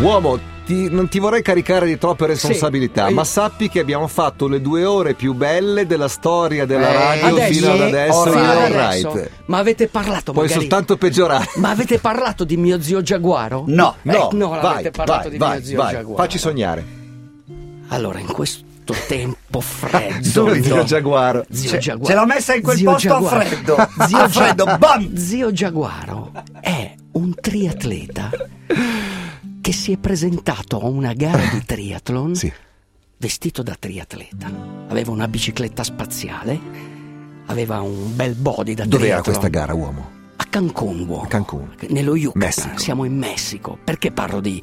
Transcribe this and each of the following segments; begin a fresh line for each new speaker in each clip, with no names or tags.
Uomo, ti- non ti vorrei caricare di troppe responsabilità,
Sì.
ma sappi che abbiamo fatto le due ore più belle della storia della
Eh,
radio
adesso,
fino ad
sì,
adesso.
all
in
right.
All Right.
adesso. Ma avete parlato
Puoi
magari-
soltanto peggiorare.
Ma avete parlato di mio zio Giaguaro?
No.
Eh,
No,
non
vai,
avete parlato
vai,
di
vai,
mio zio
vai,
Giaguaro.
Facci sognare.
Allora, in questo tempo freddo.
Zio
zio
Giaguaro.
Ce-
Giaguaro.
Cioè, ce l'ho messa in quel
Zio
posto a
Giaguaro.
freddo.
Zio
A
Gia-
freddo, bam!
Zio Giaguaro è un triatleta che si è presentato a una gara di triathlon
Sì.
vestito da triatleta. Aveva una bicicletta spaziale, aveva un bel body da
Dove era
triathlon.
questa gara, uomo?
A Cancun, uomo.
A Cancun.
Nello Yucatan.
Messico.
Siamo in Messico. Perché parlo di,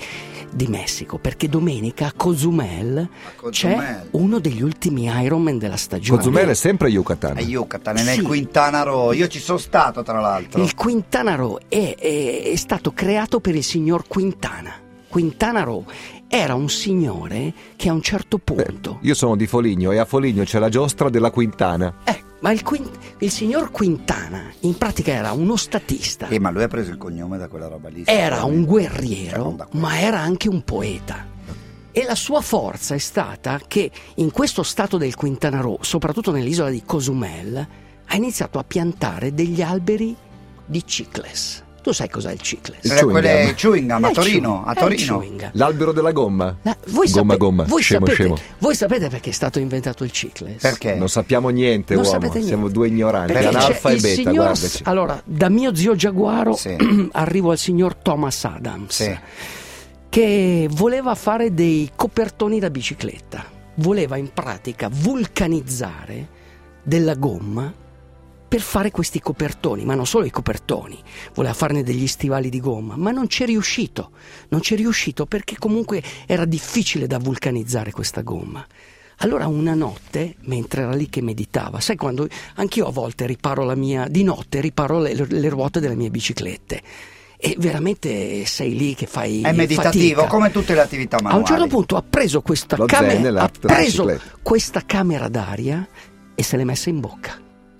di Messico? Perché domenica a Cozumel,
Cozumel.
c'è uno degli ultimi Ironman della stagione.
Cozumel è sempre Yucatan.
A Yucatan, è Eh, nel
Sì.
Quintana Roo. Io ci sono stato, tra l'altro.
Il Quintana Roo è, è- è stato creato per il signor Quintana. Quintana Roo era un signore che a un certo punto...
Io sono di Foligno e a Foligno c'è la giostra della Quintana.
Eh, ma il, Quin- il signor Quintana in pratica era uno statista.
Eh, ma lui ha preso il cognome da quella roba lì.
Era
sicuramente. Cioè,
un
non
guerriero,
da quello.
ma era anche un poeta. E la sua forza è stata che in questo stato del Quintana Roo, soprattutto nell'isola di Cozumel, ha iniziato a piantare degli alberi di cicles. Tu sai cos'è il cicles?
Il
Eh,
chewing
quelle-
gum.
chewing gum a
È il
Torino,
chewing-
a
è il
Torino.
chewing gum.
L'albero della gomma.
La-
gomma,
voi sape-
gomma.
voi
scemo,
sapete,
scemo.
Voi sapete perché è stato inventato il cicles?
Perché?
Non sappiamo niente,
Eh. Non
uomo.
sapete niente.
Siamo due ignoranti.
Perché c'è
Analfa e
il
beta,
signor-
guardaci.
Allora, da mio zio Giaguaro mm,
Sì.
arrivo al signor Thomas Adams,
Sì.
che voleva fare dei copertoni da bicicletta. Voleva in pratica vulcanizzare della gomma per fare questi copertoni, ma non solo i copertoni, voleva farne degli stivali di gomma, ma non c'è riuscito, non c'è riuscito perché comunque era difficile da vulcanizzare questa gomma. Allora una notte, mentre era lì che meditava, sai quando anch'io a volte riparo la mia, di notte riparo le, le ruote delle mie biciclette e veramente sei lì che fai
È meditativo,
fatica.
come tutte le attività manuali.
A un certo punto ha preso questa,
Lo
camera-
zen e la-
ha
la
preso
bicicletta.
questa camera d'aria e se l'è messa in bocca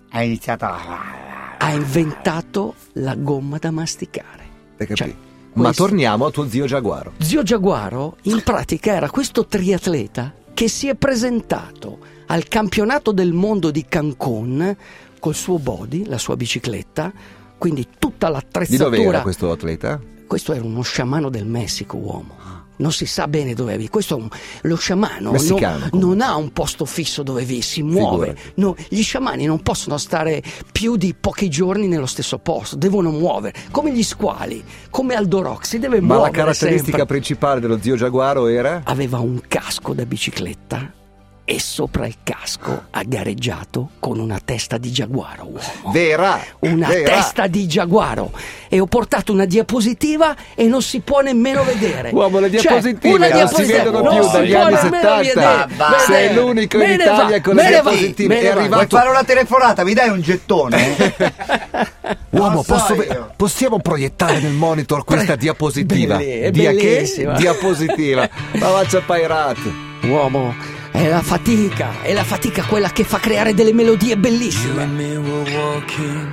È iniziata.
ha inventato la gomma da masticare.
Hai capito?
Cioè,
Ma
questo-
torniamo a tuo zio Giaguaro.
Zio Giaguaro in pratica era questo triatleta che si è presentato al campionato del mondo di Cancun col suo body, la sua bicicletta, quindi tutta
Di dove era
l'attrezzatura.
questo atleta?
Questo era uno sciamano del Messico, uomo. Non si sa bene dove vive. Questo è un- lo sciamano
Messicano,
non, non
comunque.
ha un posto fisso dove vive, si muove.
Figurati.
No, gli sciamani non possono stare più di pochi giorni nello stesso posto, devono muovere, come gli squali, come Aldoroc, si deve
Ma la
muovere
caratteristica
sempre. Ah,
principale dello zio Giaguaro era?
Aveva un casco da bicicletta e sopra il casco ha gareggiato con una testa di giaguaro, uomo
Vera!
una
Vera!
testa di giaguaro e ho portato una diapositiva e non si può nemmeno vedere.
Uomo, le
Cioè,
diapositive
una
non si
diapositiva
vedono
non
più
si
dagli
può
anni
nemmeno
70.
vedere.
Sei
Me ne-
l'unico in
me ne
Italia
va,
con le
me ne va,
diapositive.
me ne
È
va.
Vuoi
arrivato-
fare una telefonata? Mi dai un gettone?
Uomo,
Non so
posso-
io.
possiamo proiettare nel monitor questa diapositiva?
Belli- è
Dia che?
bellissima.
Diapositiva. La faccia pairata.
Uomo, è la fatica, è la fatica quella che fa creare delle melodie bellissime.